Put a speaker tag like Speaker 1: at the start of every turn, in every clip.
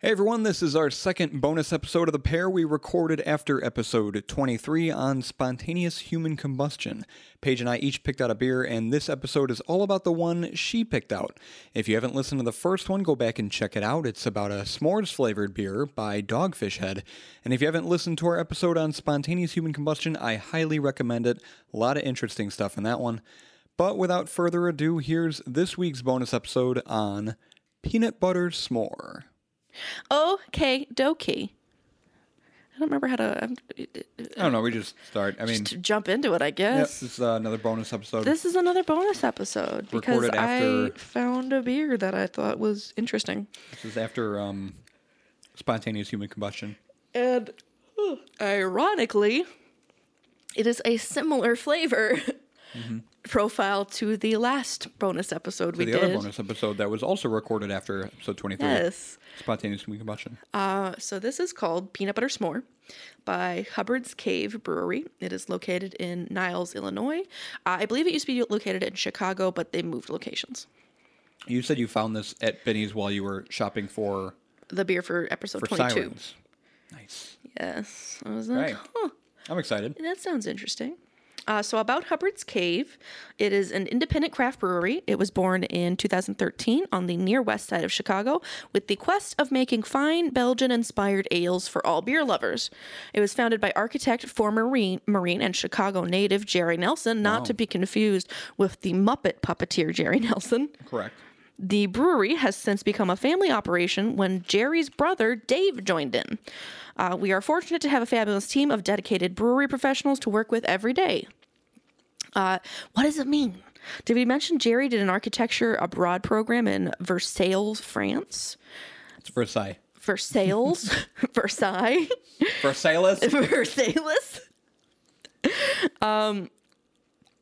Speaker 1: Hey everyone, this is our second bonus episode of The Pair we recorded after episode 23 on spontaneous human combustion. Paige and I each picked out a beer, and this episode is all about the one she picked out. If you haven't listened to the first one, go back and check it out. It's about a s'mores flavored beer by Dogfish Head. And if you haven't listened to our episode on spontaneous human combustion, I highly recommend it. A lot of interesting stuff in that one. But without further ado, here's this week's bonus episode on peanut butter s'more.
Speaker 2: Okay, dokie. I don't remember how to um,
Speaker 1: I don't know. We just start. I mean,
Speaker 2: to jump into it. I
Speaker 1: yep,
Speaker 2: guess
Speaker 1: this is uh, another bonus episode.
Speaker 2: this is another bonus episode because
Speaker 1: Recorded
Speaker 2: I
Speaker 1: after-
Speaker 2: found a beer that I thought was interesting,
Speaker 1: This is after um, spontaneous human combustion.
Speaker 2: and oh, ironically, it is a similar flavor profile to the last bonus episode we
Speaker 1: Mm-hmm. the
Speaker 2: did.
Speaker 1: other bonus episode that was also recorded after episode 23.
Speaker 2: Yes.
Speaker 1: Spontaneous human combustion.
Speaker 2: So this is called Peanut Butter S'more by Hubbard's Cave Brewery. It is located in Niles, Illinois. Uh, I believe it used to be located in Chicago, but they moved locations.
Speaker 1: you said you found this at Benny's while you were shopping for
Speaker 2: The beer for episode
Speaker 1: for
Speaker 2: 22.
Speaker 1: sirens. Nice.
Speaker 2: Yes. I was like,
Speaker 1: Right.
Speaker 2: huh,
Speaker 1: I'm excited.
Speaker 2: that sounds interesting. Uh, so about Hubbard's Cave, it is an independent craft brewery. It was born in 2013 on the near west side of Chicago with the quest of making fine Belgian-inspired ales for all beer lovers. It was founded by architect, former Marine, Marine and Chicago native Jerry Nelson, not to be confused with the Muppet puppeteer Jerry Nelson.
Speaker 1: Correct.
Speaker 2: The brewery has since become a family operation when Jerry's brother Dave joined in. Uh, we are fortunate to have a fabulous team of dedicated brewery professionals to work with every day. Uh, what does it mean? Did we mention Jerry did an architecture abroad program in Versailles, France?
Speaker 1: It's Versailles.
Speaker 2: Versailles? Versailles?
Speaker 1: Versailles.
Speaker 2: Versailles. Um,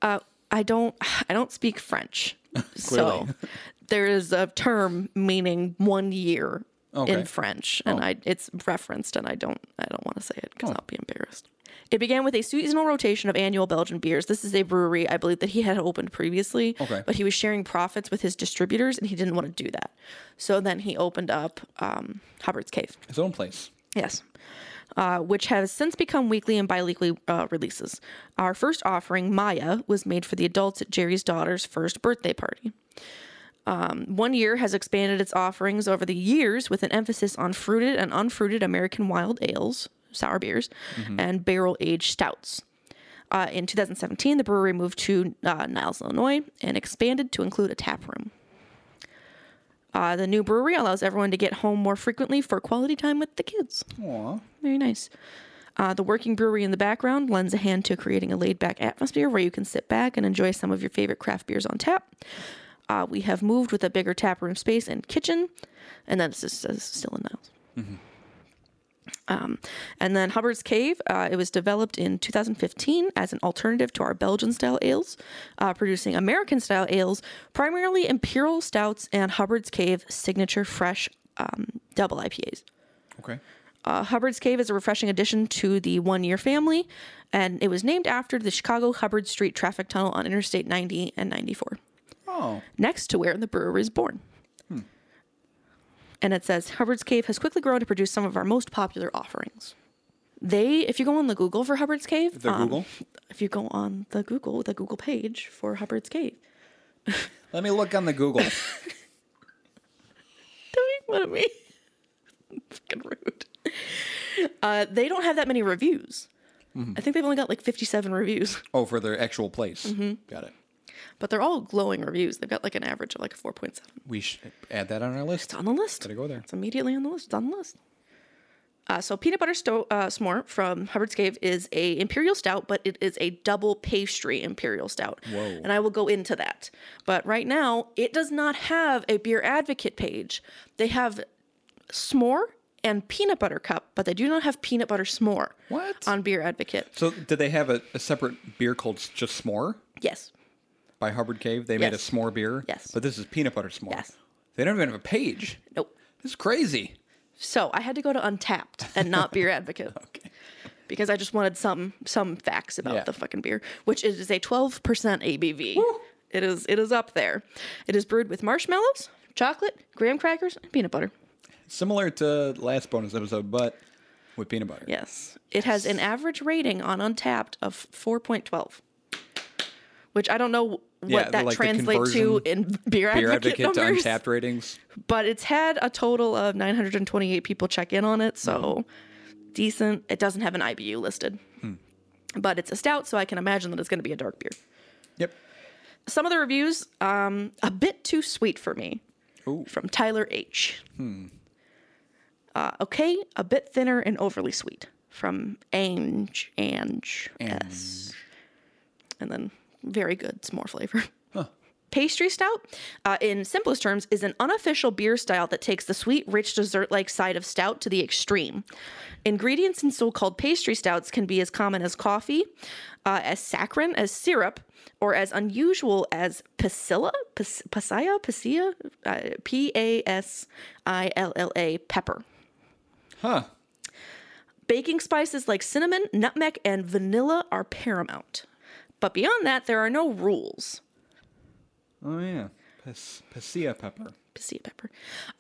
Speaker 2: uh, I don't, I don't speak French, so
Speaker 1: Clearly.
Speaker 2: there is a term meaning one year
Speaker 1: Okay. Oh.
Speaker 2: in French, and I it's referenced, and I don't, I don't want to say it because I'll be embarrassed. It began with a seasonal rotation of annual Belgian beers. This is a brewery I believe that he had opened previously,
Speaker 1: Okay.
Speaker 2: but he was sharing profits with his distributors, and he didn't want to do that. So then he opened up um, Hubbard's Cave.
Speaker 1: His own place.
Speaker 2: Yes. Uh, which has since become weekly and biweekly uh, releases. Our first offering, Maya, was made for the adults at Jerry's daughter's first birthday party. Um, one year has expanded its offerings over the years with an emphasis on fruited and unfruited American wild ales, sour beers, and barrel aged stouts. Uh, in 2017, the brewery moved to uh, Niles, Illinois, and expanded to include a tap room. Uh, the new brewery allows everyone to get home more frequently for quality time with the kids.
Speaker 1: Aw.
Speaker 2: Very nice. Uh, the working brewery in the background lends a hand to creating a laid back atmosphere where you can sit back and enjoy some of your favorite craft beers on tap. Uh, we have moved with a bigger tap room space and kitchen, and then it just says still in Niles. Um, and then Hubbard's Cave, uh, it was developed in 2015 as an alternative to our Belgian style ales, uh, producing American style ales, primarily imperial stouts and Hubbard's Cave signature fresh um, double IPAs.
Speaker 1: Okay.
Speaker 2: Uh, Hubbard's Cave is a refreshing addition to the One Year family, and it was named after the Chicago Hubbard Street traffic tunnel on Interstate 90 and 94,
Speaker 1: Oh.
Speaker 2: next to where the brewer is born.
Speaker 1: Hmm.
Speaker 2: And it says Hubbard's Cave has quickly grown to produce some of our most popular offerings. They, if you go on the Google for Hubbard's Cave,
Speaker 1: The
Speaker 2: um,
Speaker 1: Google?
Speaker 2: if you go on the Google, the Google page for Hubbard's Cave,
Speaker 1: Let me look on the Google.
Speaker 2: don't make fun of me. Fucking rude. Uh, they don't have that many reviews.
Speaker 1: Mm-hmm.
Speaker 2: I think they've only got like 57 reviews.
Speaker 1: oh, for their actual place.
Speaker 2: Mm-hmm.
Speaker 1: Got it.
Speaker 2: but they're all glowing reviews. They've got like an average of like a 4.7.
Speaker 1: We should add that on our list.
Speaker 2: It's on the list.
Speaker 1: Gotta go there.
Speaker 2: It's immediately on the list. It's on the list. Uh, so peanut butter sto- uh, s'more from Hubbard's Cave is a imperial stout, but it is a double pastry imperial stout.
Speaker 1: Whoa.
Speaker 2: And I will go into that. But right now, it does not have a beer advocate page. They have s'more and peanut butter cup, but they do not have peanut butter s'more.
Speaker 1: What?
Speaker 2: on Beer Advocate?
Speaker 1: So, did they have a, a separate beer called s- just S'more?
Speaker 2: Yes.
Speaker 1: by Hubbard Cave. They made a
Speaker 2: Yes.
Speaker 1: s'more beer.
Speaker 2: Yes.
Speaker 1: But this is peanut butter s'more.
Speaker 2: Yes.
Speaker 1: They don't even have a page.
Speaker 2: Nope.
Speaker 1: This is crazy.
Speaker 2: So I had to go to Untapped and not Beer Advocate. Because I just wanted some some facts about
Speaker 1: Yeah.
Speaker 2: the fucking beer, which is a 12% ABV. It is it is up there. It is brewed with marshmallows, chocolate, graham crackers, and peanut butter.
Speaker 1: Similar to last bonus episode, but with peanut butter.
Speaker 2: Yes. It has an average rating on Untapped of 4.12, which I don't know what
Speaker 1: Yeah,
Speaker 2: that
Speaker 1: like the
Speaker 2: translates to in beer,
Speaker 1: Beer
Speaker 2: advocate,
Speaker 1: advocate to
Speaker 2: numbers,
Speaker 1: untapped ratings.
Speaker 2: but it's had a total of 928 people check in on it, so decent. It doesn't have an IBU listed, but it's a stout, so I can imagine that it's going to be a dark beer.
Speaker 1: Yep.
Speaker 2: Some of the reviews, um, a bit too sweet for me,
Speaker 1: Ooh.
Speaker 2: from Tyler H. Uh, okay, a bit thinner and overly sweet from Ange Ange S. And then very good, it's more flavor. Pastry stout, uh, in simplest terms, is an unofficial beer style that takes the sweet, rich, dessert like side of stout to the extreme. Ingredients in so called pastry stouts can be as common as coffee, uh, as saccharin, as syrup, or as unusual as pasilla, Pas- pasilla, pasilla, uh, P A S I L L A, pepper.
Speaker 1: Huh.
Speaker 2: Baking spices like cinnamon, nutmeg, and vanilla are paramount. But beyond that, there are no rules.
Speaker 1: Oh yeah. Pas- Pasilla pepper.
Speaker 2: Pasilla pepper.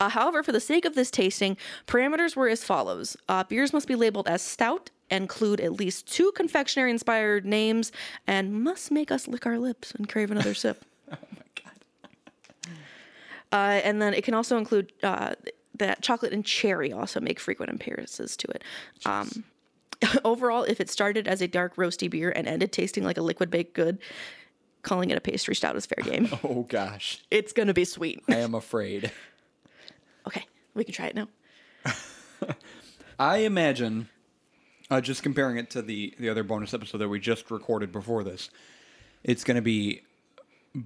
Speaker 2: Uh, however, for the sake of this tasting, parameters were as follows uh, beers must be labeled as stout, include at least two confectionery inspired names, and must make us lick our lips and crave another sip. Uh, and then it can also include uh, th- that chocolate and cherry also make frequent appearances to it. Um, overall, if it started as a dark roasty beer and ended tasting like a liquid baked good, calling it a pastry stout is fair game.
Speaker 1: Oh gosh.
Speaker 2: it's gonna be sweet.
Speaker 1: I am afraid.
Speaker 2: Okay, we can try it now.
Speaker 1: I imagine, uh, just comparing it to the the other bonus episode that we just recorded before this, it's going to be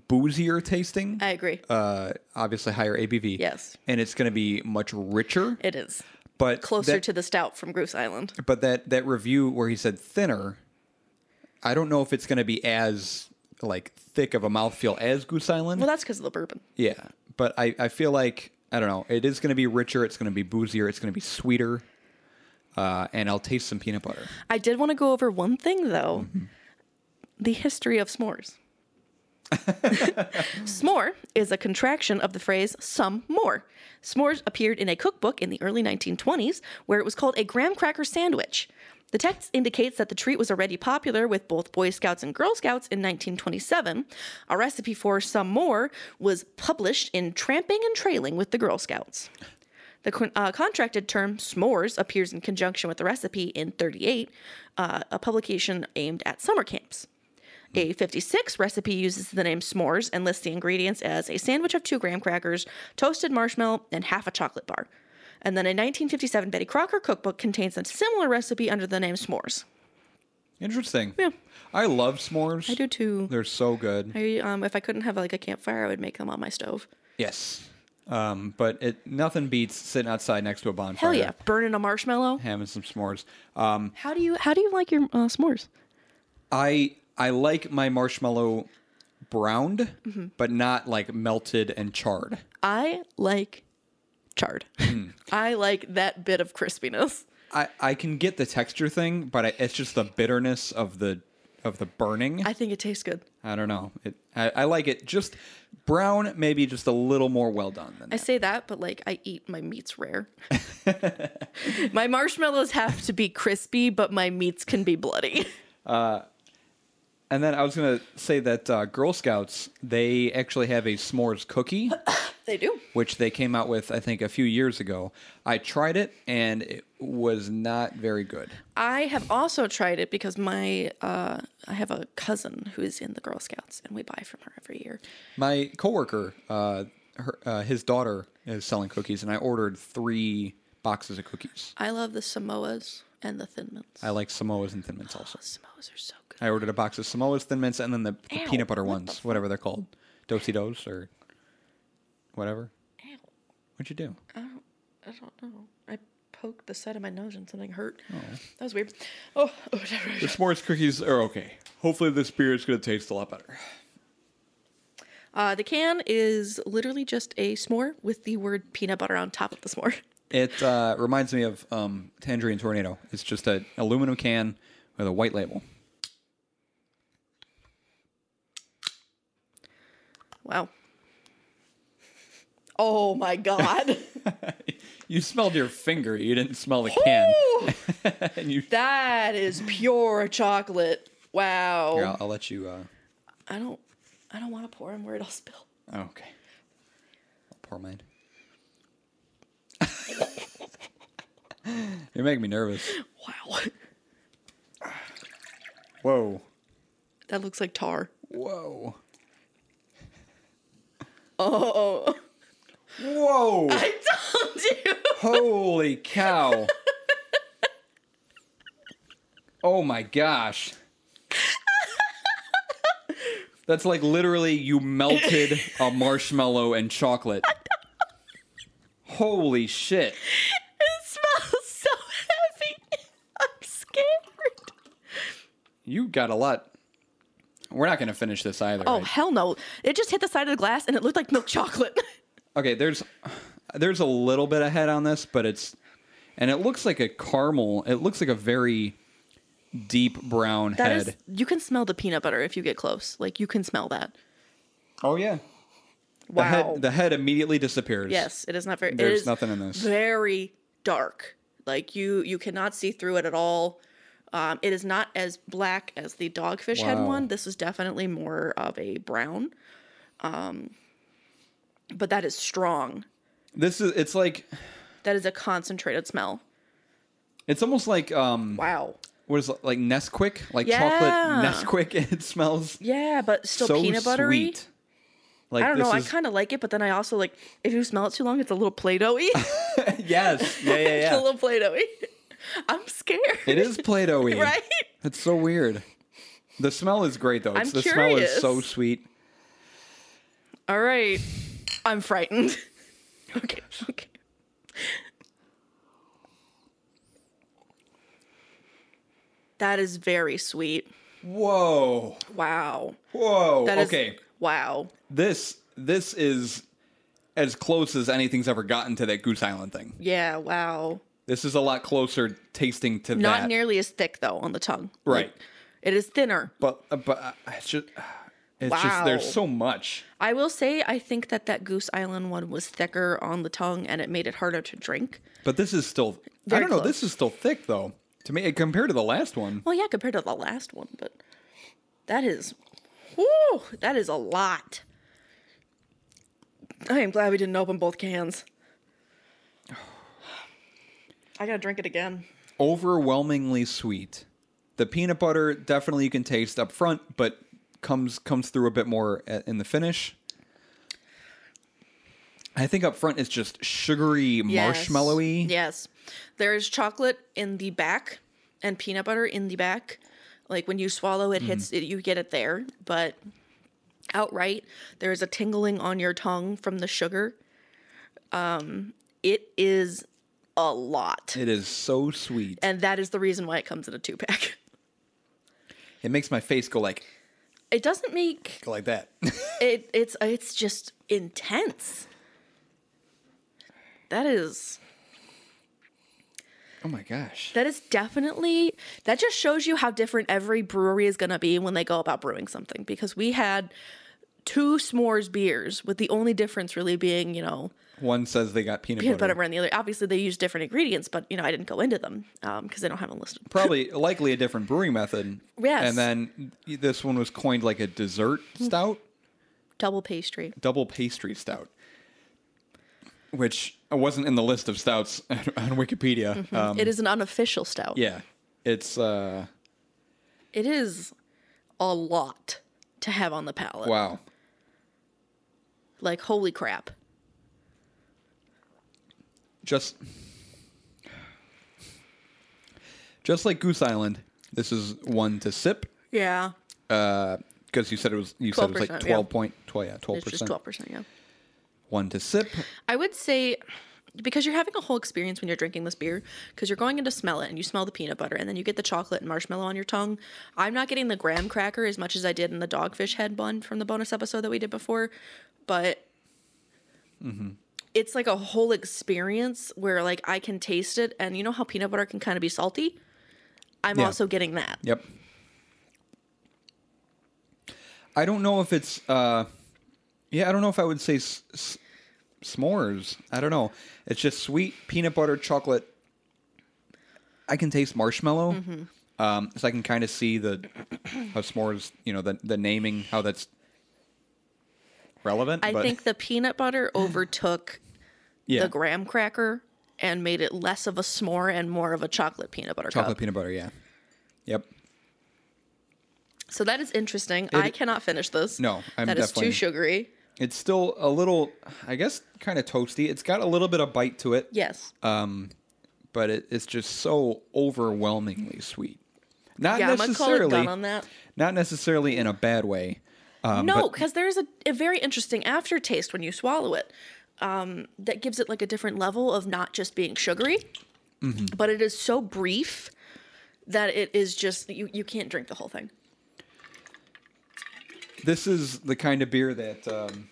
Speaker 1: boozier tasting.
Speaker 2: I agree.
Speaker 1: uh, obviously higher ABV.
Speaker 2: Yes.
Speaker 1: and it's going to be much richer,
Speaker 2: it is
Speaker 1: but
Speaker 2: closer
Speaker 1: that, Mm-hmm.
Speaker 2: to the stout from Goose Island.
Speaker 1: But that that review where he said thinner, I don't know if it's going to be as like thick of a mouthfeel as Goose Island.
Speaker 2: Well, that's because of the bourbon.
Speaker 1: yeah, but I I feel like I don't know. It is going to be richer. It's going to be boozier. It's going to be sweeter. Uh, and I'll taste some peanut butter.
Speaker 2: I did want to go over one thing though
Speaker 1: Mm-hmm.
Speaker 2: the history of s'mores. S'more is a contraction of the phrase some more. S'mores appeared in a cookbook in the early 1920s where it was called a graham cracker sandwich. The text indicates that the treat was already popular with both Boy Scouts and Girl Scouts in 1927. A recipe for some more was published in Tramping and Trailing with the Girl Scouts. The con- uh, contracted term s'mores appears in conjunction with the recipe in 38, uh, a publication aimed at summer camps. A 56 recipe uses the name s'mores and lists the ingredients as a sandwich of two graham crackers, toasted marshmallow, and half a chocolate bar. And then a 1957 Betty Crocker cookbook contains a similar recipe under the name s'mores.
Speaker 1: Interesting.
Speaker 2: Yeah.
Speaker 1: I love s'mores.
Speaker 2: I do too.
Speaker 1: They're so good.
Speaker 2: I, um, if I couldn't have like a campfire, I would make them on my stove.
Speaker 1: yes. Um, but it nothing beats sitting outside next to a bonfire.
Speaker 2: Hell yeah, burning a marshmallow.
Speaker 1: Having some s'mores. Um,
Speaker 2: How do you how do you like your uh, s'mores?
Speaker 1: I I like my marshmallow browned, but not like melted and charred.
Speaker 2: I like charred. I like that bit of crispiness.
Speaker 1: I, I can get the texture thing, but I, it's just the bitterness of the of the burning. I,
Speaker 2: I think it tastes good.
Speaker 1: don't know. It I, I like it just brown, maybe just a little more well done than
Speaker 2: I
Speaker 1: that.
Speaker 2: say that, but like I eat my meats rare. my marshmallows have to be crispy, but my meats can be bloody.
Speaker 1: And then I was gonna say that uh, Girl Scouts they actually have a s'mores cookie.
Speaker 2: they do.
Speaker 1: which they came out with, I think, a few years ago. I tried it and it was not very good.
Speaker 2: I have also tried it because my uh, I have a cousin who is in the Girl Scouts, and we buy from her every year.
Speaker 1: My coworker, uh, her, uh, his daughter is selling cookies, and I ordered three boxes of cookies.
Speaker 2: I love the Samoas and the Thin Mints.
Speaker 1: I like Samoas and Thin Mints also.
Speaker 2: The Samoas are so good.
Speaker 1: I ordered a box of Samoas, Thin Mints, and then the, the
Speaker 2: Ow,
Speaker 1: peanut butter
Speaker 2: what
Speaker 1: ones, whatever they're called, Dosey Dos or whatever.
Speaker 2: Ow.
Speaker 1: What'd you do?
Speaker 2: I don't know. I poked the side of my nose and something hurt. That was weird. Oh, oh
Speaker 1: The s'mores cookies are okay. Hopefully, this beer is going to taste a lot better.
Speaker 2: uh, the can is literally just a s'more with the word peanut butter on top of the s'more.
Speaker 1: It uh, reminds me of um, Tangerine Tornado. It's just an aluminum can with a white label.
Speaker 2: Wow. Oh my god.
Speaker 1: You smelled your finger. You didn't smell the can. and you,
Speaker 2: That is pure chocolate. Wow.
Speaker 1: Here, I'll, I'll let you. Uh,
Speaker 2: I don't I don't want to pour. I'm worried I'll spill.
Speaker 1: okay. I'll pour mine. You're making me nervous.
Speaker 2: Wow.
Speaker 1: Whoa.
Speaker 2: That looks like tar.
Speaker 1: Whoa.
Speaker 2: Oh.
Speaker 1: Whoa.
Speaker 2: I told you.
Speaker 1: Holy cow. oh my gosh. That's like literally you melted a marshmallow and chocolate. Holy shit.
Speaker 2: It smells so heavy. I'm scared.
Speaker 1: You got a lot. We're not going to finish this either.
Speaker 2: Oh
Speaker 1: right?
Speaker 2: hell no. It just hit the side of the glass and it looked like milk chocolate.
Speaker 1: Okay, there's there's a little bit ahead on this, but it's and it looks like a caramel. It looks like a very deep brown
Speaker 2: That
Speaker 1: head.
Speaker 2: is you can smell the peanut butter if you get close. Like you can smell that.
Speaker 1: oh yeah. The
Speaker 2: Wow.
Speaker 1: head the head immediately disappears.
Speaker 2: yes, it is not very it
Speaker 1: There's
Speaker 2: is
Speaker 1: nothing in this.
Speaker 2: Very dark. Like you you cannot see through it at all. Um, it is not as black as the dogfish head
Speaker 1: Wow.
Speaker 2: one. This is definitely more of a brown. Um but that is strong.
Speaker 1: This is it's like
Speaker 2: That is a concentrated smell.
Speaker 1: it's almost like um
Speaker 2: Wow.
Speaker 1: what is it like Nesquik? Like
Speaker 2: Yeah.
Speaker 1: chocolate Nesquik it smells
Speaker 2: Yeah, but still
Speaker 1: so
Speaker 2: peanut buttery.
Speaker 1: sweet. Like
Speaker 2: I don't
Speaker 1: this
Speaker 2: know.
Speaker 1: is,
Speaker 2: I kind of like it, but then I also like if you smell it too long, it's a little play doughy.
Speaker 1: Yes. Yeah, yeah,
Speaker 2: it's a
Speaker 1: yeah.
Speaker 2: little play doughy. I'm scared.
Speaker 1: it is Play-Doh-y.
Speaker 2: right.
Speaker 1: It's so weird. The smell is great though. It's, the smell is
Speaker 2: curious.
Speaker 1: so sweet.
Speaker 2: All right. I'm frightened. okay. Okay. That is very sweet.
Speaker 1: Whoa.
Speaker 2: Wow.
Speaker 1: Whoa.
Speaker 2: That is
Speaker 1: okay.
Speaker 2: wow.
Speaker 1: This this is as close as anything's ever gotten to that Goose Island thing.
Speaker 2: Yeah. Wow.
Speaker 1: This is a lot closer tasting to
Speaker 2: Not
Speaker 1: that.
Speaker 2: nearly as thick though on the tongue. Like,
Speaker 1: right.
Speaker 2: it is thinner.
Speaker 1: But uh, but uh, it's just it's just
Speaker 2: Wow.
Speaker 1: there's so much.
Speaker 2: I will say I think that that Goose Island one was thicker on the tongue and it made it harder to drink.
Speaker 1: But this is still I
Speaker 2: Very
Speaker 1: don't know, this is still thick though. To me compared to the last one.
Speaker 2: Well, yeah, compared to the last one, but that is, whoo, that is a lot. I am glad we didn't open both cans. I gotta drink it again.
Speaker 1: Overwhelmingly sweet. The peanut butter definitely you can taste up front, but comes comes through a bit more a- in the finish. I think up front it's just sugary,
Speaker 2: Yes.
Speaker 1: marshmallowy.
Speaker 2: Yes. There is chocolate in the back and peanut butter in the back. Like when you swallow it hits it, you get it there, but outright there is a tingling on your tongue from the sugar. Um it is a lot.
Speaker 1: It is so sweet.
Speaker 2: And that is the reason why it comes in a two pack.
Speaker 1: It makes my face go like
Speaker 2: It doesn't make
Speaker 1: go like that.
Speaker 2: it it's it's just intense. That is
Speaker 1: oh my gosh.
Speaker 2: That is definitely that just shows you how different every brewery is going to be when they go about brewing something because we had two s'mores beers with the only difference really being, you know,
Speaker 1: One says they got peanut,
Speaker 2: peanut
Speaker 1: butter.
Speaker 2: butter and the other obviously they use different ingredients, but you know, I didn't go into them um because they don't have them listed.
Speaker 1: Probably likely a different brewing method.
Speaker 2: Yes. Hmm.
Speaker 1: And then this one was coined like a dessert stout,
Speaker 2: Double pastry.
Speaker 1: double pastry stout. Which wasn't in the list of stouts on Wikipedia. Um,
Speaker 2: it is an unofficial stout.
Speaker 1: yeah. It's uh
Speaker 2: It is a lot to have on the palate.
Speaker 1: wow.
Speaker 2: Like holy crap.
Speaker 1: Just Just like Goose Island, this is one to sip.
Speaker 2: Yeah.
Speaker 1: because you said it was you said it was like
Speaker 2: 12%,
Speaker 1: 12
Speaker 2: yeah.
Speaker 1: point 12 yeah 12
Speaker 2: It's just
Speaker 1: percent
Speaker 2: 12%, yeah.
Speaker 1: one to sip
Speaker 2: I would say because you're having a whole experience when you're drinking this beer because you're going in to smell it and you smell the peanut butter and then you get the chocolate and marshmallow on your tongue. I'm not getting the graham cracker as much as I did in the dogfish head bun from the bonus episode that we did before, but
Speaker 1: Mm-hmm.
Speaker 2: it's like a whole experience where like I can taste it and you know how peanut butter can kind of be salty. I'm
Speaker 1: Yeah.
Speaker 2: also getting that.
Speaker 1: yep i don't know if it's uh yeah i don't know if i would say s- s- s'mores. I don't know. It's just sweet peanut butter chocolate. I can taste marshmallow.
Speaker 2: Mm-hmm.
Speaker 1: Um, so I can kind of see the how s'mores, you know, the the naming how that's relevant.
Speaker 2: I
Speaker 1: but
Speaker 2: think the peanut butter overtook
Speaker 1: yeah,
Speaker 2: the graham cracker and made it less of a s'more and more of a chocolate peanut butter
Speaker 1: chocolate
Speaker 2: cup.
Speaker 1: peanut butter. Yeah. Yep.
Speaker 2: So that is interesting. I cannot finish this.
Speaker 1: No, I'm
Speaker 2: That is
Speaker 1: definitely-
Speaker 2: too sugary.
Speaker 1: It's still a little, I guess, kind of toasty. It's got a little bit of bite to it.
Speaker 2: Yes.
Speaker 1: Uh, but it, it's just so overwhelmingly sweet. Not
Speaker 2: yeah, I'm gonna call it
Speaker 1: necessarily,
Speaker 2: done on that.
Speaker 1: not necessarily in a bad way. um,
Speaker 2: no, because there's a, a very interesting aftertaste when you swallow it. Um, that gives it like a different level of not just being sugary,
Speaker 1: Mm-hmm.
Speaker 2: but it is so brief that it is just you, you can't drink the whole thing.
Speaker 1: This is the kind of beer that um,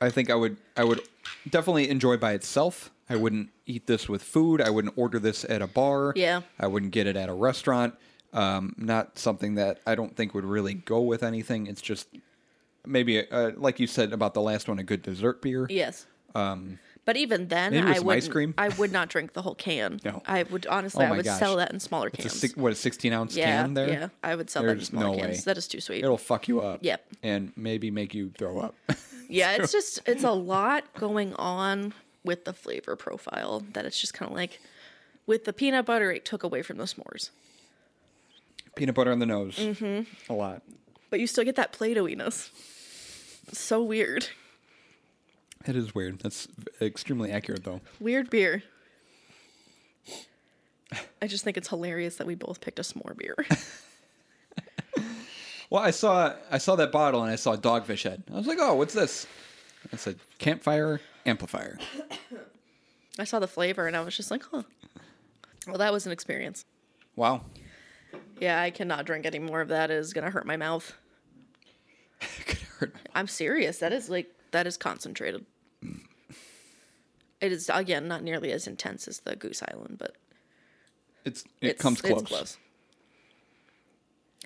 Speaker 1: I think I would I would definitely enjoy by itself. I wouldn't eat this with food. I wouldn't order this at a bar.
Speaker 2: Yeah.
Speaker 1: I wouldn't get it at a restaurant. Um, not something that I don't think would really go with anything. It's just maybe, uh, like you said about the last one, a good dessert beer.
Speaker 2: Yes. Um, but even then,
Speaker 1: maybe with
Speaker 2: I
Speaker 1: some
Speaker 2: would
Speaker 1: ice cream?
Speaker 2: I would not drink the whole can.
Speaker 1: No.
Speaker 2: I would honestly,
Speaker 1: Oh
Speaker 2: I
Speaker 1: my
Speaker 2: would
Speaker 1: gosh.
Speaker 2: sell that in smaller
Speaker 1: It's a
Speaker 2: cans.
Speaker 1: six, what a sixteen ounce
Speaker 2: yeah,
Speaker 1: can there.
Speaker 2: yeah, I would sell that in
Speaker 1: There's no
Speaker 2: smaller cans.
Speaker 1: way.
Speaker 2: That is too sweet.
Speaker 1: It'll fuck you up.
Speaker 2: Yep.
Speaker 1: And maybe make you throw up.
Speaker 2: yeah, it's just it's a lot going on with the flavor profile that it's just kind of like with the peanut butter it took away from the s'mores.
Speaker 1: Peanut butter on the nose. Mm-hmm. A lot.
Speaker 2: But you still get that Play-Doh-iness. So weird.
Speaker 1: It is weird. That's extremely accurate, though.
Speaker 2: Weird beer. I just think it's hilarious that we both picked a s'more beer.
Speaker 1: Well, I saw I saw that bottle and I saw Dogfish Head. I was like, oh, what's this? It's a campfire amplifier.
Speaker 2: I saw the flavor and I was just like, huh. Well, that was an experience.
Speaker 1: Wow.
Speaker 2: Yeah, I cannot drink any more of that. It is going to hurt my mouth.
Speaker 1: Could hurt.
Speaker 2: I'm serious. That is like that is concentrated. It is again not nearly as intense as the Goose Island, but
Speaker 1: It's it
Speaker 2: it's,
Speaker 1: comes close.
Speaker 2: It's close.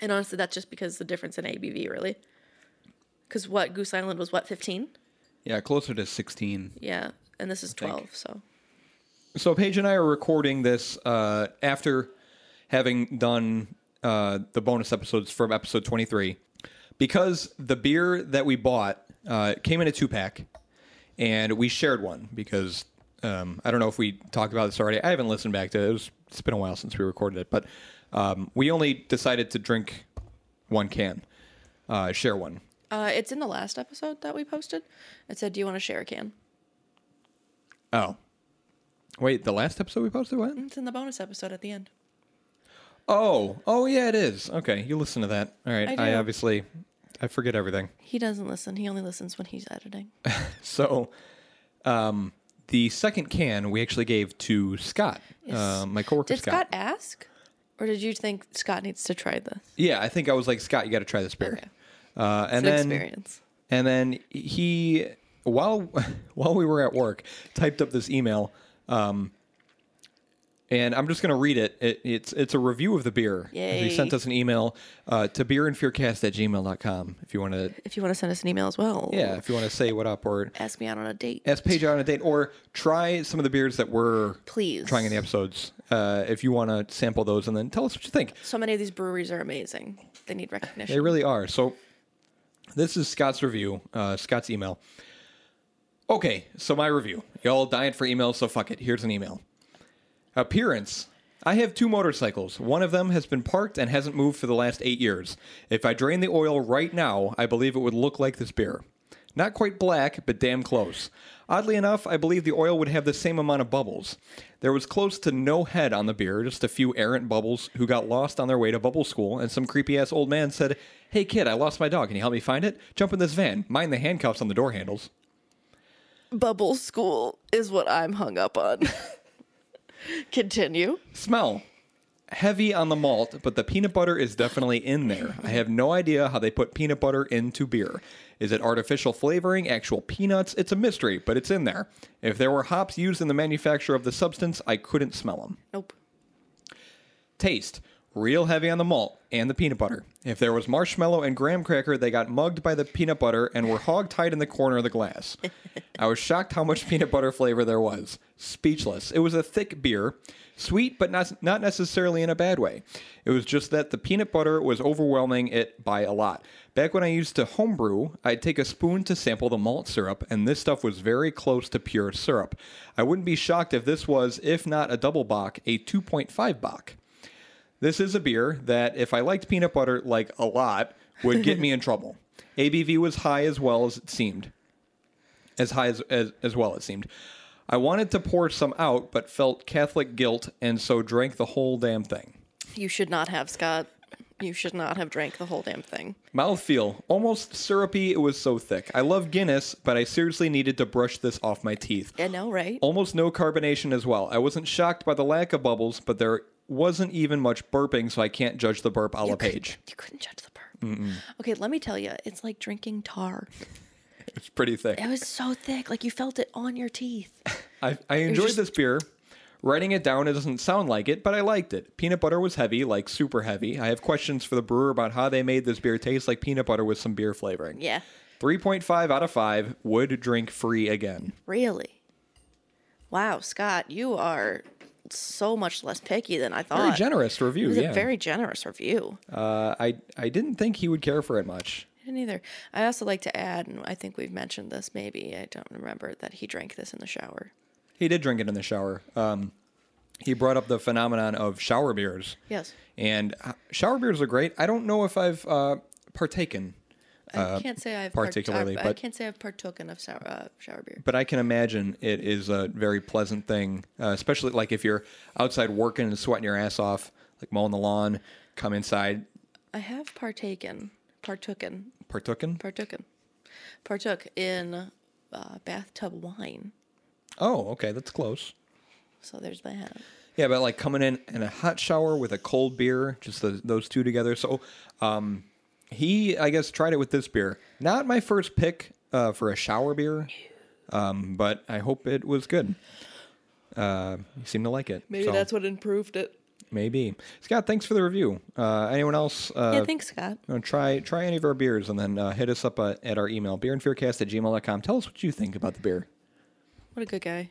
Speaker 2: And honestly, that's just because the difference in ABV, really. Because what Goose Island was what 15?
Speaker 1: Yeah, closer to sixteen.
Speaker 2: Yeah, and this is 12. So
Speaker 1: So Paige and I are recording this uh, after having done uh, the bonus episodes from episode 23 because the beer that we bought uh, came in a two pack and we shared one because um, I don't know if we talked about this already. I haven't listened back to it. it was, it's been a while since we recorded it, but um, we only decided to drink one can, uh, share one.
Speaker 2: uh, it's in the last episode that we posted. It said, "Do you want to share a can?"
Speaker 1: Oh, wait, the last episode we posted what?
Speaker 2: It's in the bonus episode at the end.
Speaker 1: Oh, oh yeah, it is. Okay, you listen to that. All right,
Speaker 2: I do.
Speaker 1: I, obviously I forget everything.
Speaker 2: He doesn't listen. He only listens when he's editing.
Speaker 1: So, um, the second can we actually gave to Scott, uh, my coworker
Speaker 2: Did Scott ask, or did you think Scott needs to try this?
Speaker 1: Yeah, I think I was like Scott, you got to try this beer.
Speaker 2: Okay.
Speaker 1: Uh, and
Speaker 2: It's an
Speaker 1: then
Speaker 2: experience.
Speaker 1: and then he while while we were at work typed up this email. Um, and I'm just going to read it. it. It's it's a review of the beer. He
Speaker 2: Yay.
Speaker 1: sent us an email uh, to beerandfearcast at gmail.com if you want to
Speaker 2: If you want to send us an email as well,
Speaker 1: yeah if you want to say what up or
Speaker 2: ask me out on a date.
Speaker 1: ask Paige out on a date or try some of the beers that we're
Speaker 2: Please.
Speaker 1: trying in the episodes. Uh, if you want to sample those and then tell us what you think.
Speaker 2: so many of these breweries are amazing. They need recognition.
Speaker 1: They really are. So this is Scott's review, uh, Scott's email. Okay, so my review. Y'all dying for emails, so fuck it. Here's an email. Appearance. I have two motorcycles. One of them has been parked and hasn't moved for the last eight years. If I drain the oil right now, I believe it would look like this beer. Not quite black, but damn close. Oddly enough, I believe the oil would have the same amount of bubbles. There was close to no head on the beer, just a few errant bubbles who got lost on their way to bubble school, and some creepy ass old man said, Hey kid, I lost my dog. Can you help me find it? Jump in this van. Mind the handcuffs on the door handles.
Speaker 2: Bubble school is what I'm hung up on. Continue.
Speaker 1: Smell. Heavy on the malt, but the peanut butter is definitely in there. I have no idea how they put peanut butter into beer. Is it artificial flavoring, actual peanuts? It's a mystery, but it's in there. If there were hops used in the manufacture of the substance, I couldn't smell them.
Speaker 2: Nope.
Speaker 1: Taste. Real heavy on the malt and the peanut butter. If there was marshmallow and graham cracker, they got mugged by the peanut butter and were hog-tied in the corner of the glass. I was shocked how much peanut butter flavor there was. Speechless. It was a thick beer, sweet but not not necessarily in a bad way. It was just that the peanut butter was overwhelming it by a lot. Back when I used to homebrew, I'd take a spoon to sample the malt syrup, and this stuff was very close to pure syrup. I wouldn't be shocked if this was, if not a double bock, a 2.5 bock. This is a beer that, if I liked peanut butter like a lot, would get me in trouble. ABV was high as well as it seemed. As high as, as, as well it seemed. I wanted to pour some out, but felt Catholic guilt and so drank the whole damn thing.
Speaker 2: You should not have, Scott. You should not have drank the whole damn thing.
Speaker 1: Mouthfeel almost syrupy, it was so thick. I love Guinness, but I seriously needed to brush this off my teeth.
Speaker 2: I know, right?
Speaker 1: Almost no carbonation as well. I wasn't shocked by the lack of bubbles, but there wasn't even much burping, so I can't judge the burp a la page.
Speaker 2: You couldn't judge the burp. Okay, let me tell you, it's like drinking tar.
Speaker 1: It's pretty thick.
Speaker 2: It was so thick, like you felt it on your teeth.
Speaker 1: I, I enjoyed
Speaker 2: just-
Speaker 1: this beer. Writing it down, it doesn't sound like it, but I liked it. Peanut butter was heavy, like super heavy. I have questions for the brewer about how they made this beer taste like peanut butter with some beer flavoring.
Speaker 2: Yeah,
Speaker 1: 3.5 out of 5 would drink free again.
Speaker 2: really. Wow, Scott, you are so much less picky than I thought.
Speaker 1: Very generous
Speaker 2: It
Speaker 1: review,
Speaker 2: was
Speaker 1: yeah.
Speaker 2: a very generous review.
Speaker 1: uh, I I didn't think he would care for it much.
Speaker 2: I didn't either. I also like to add, and I think we've mentioned this maybe, I don't remember, that he drank this in the shower.
Speaker 1: He did drink it in the shower. Um, he brought up the phenomenon of shower beers.
Speaker 2: Yes.
Speaker 1: And uh, shower beers are great. I don't know if I've uh, partaken,
Speaker 2: I can't say I've
Speaker 1: Uh, particularly,
Speaker 2: part- uh, I, I
Speaker 1: but-
Speaker 2: can't say I've partaken of sour, uh, shower beer.
Speaker 1: but I can imagine it is a very pleasant thing, uh, especially like if you're outside working and sweating your ass off, like mowing the lawn, come inside,
Speaker 2: I have partaken, partooken,
Speaker 1: partooken.
Speaker 2: partooken, partook in uh, bathtub wine.
Speaker 1: Oh, okay, that's close.
Speaker 2: So there's that.
Speaker 1: Yeah, but like coming in in a hot shower with a cold beer, just the, those two together. So, um, he I guess tried it with this beer. Not my first pick uh, for a shower beer, um, but I hope it was good. Uh, you seem to like it. so
Speaker 2: what improved it.
Speaker 1: maybe Scott. Thanks for the review. Uh, anyone else? Uh,
Speaker 2: Yeah, thanks, Scott.
Speaker 1: you know, try try any of our beers and then uh, hit us up uh, at our email beerandfearcast at gmail.com. Tell us what you think about the beer.
Speaker 2: What a good guy.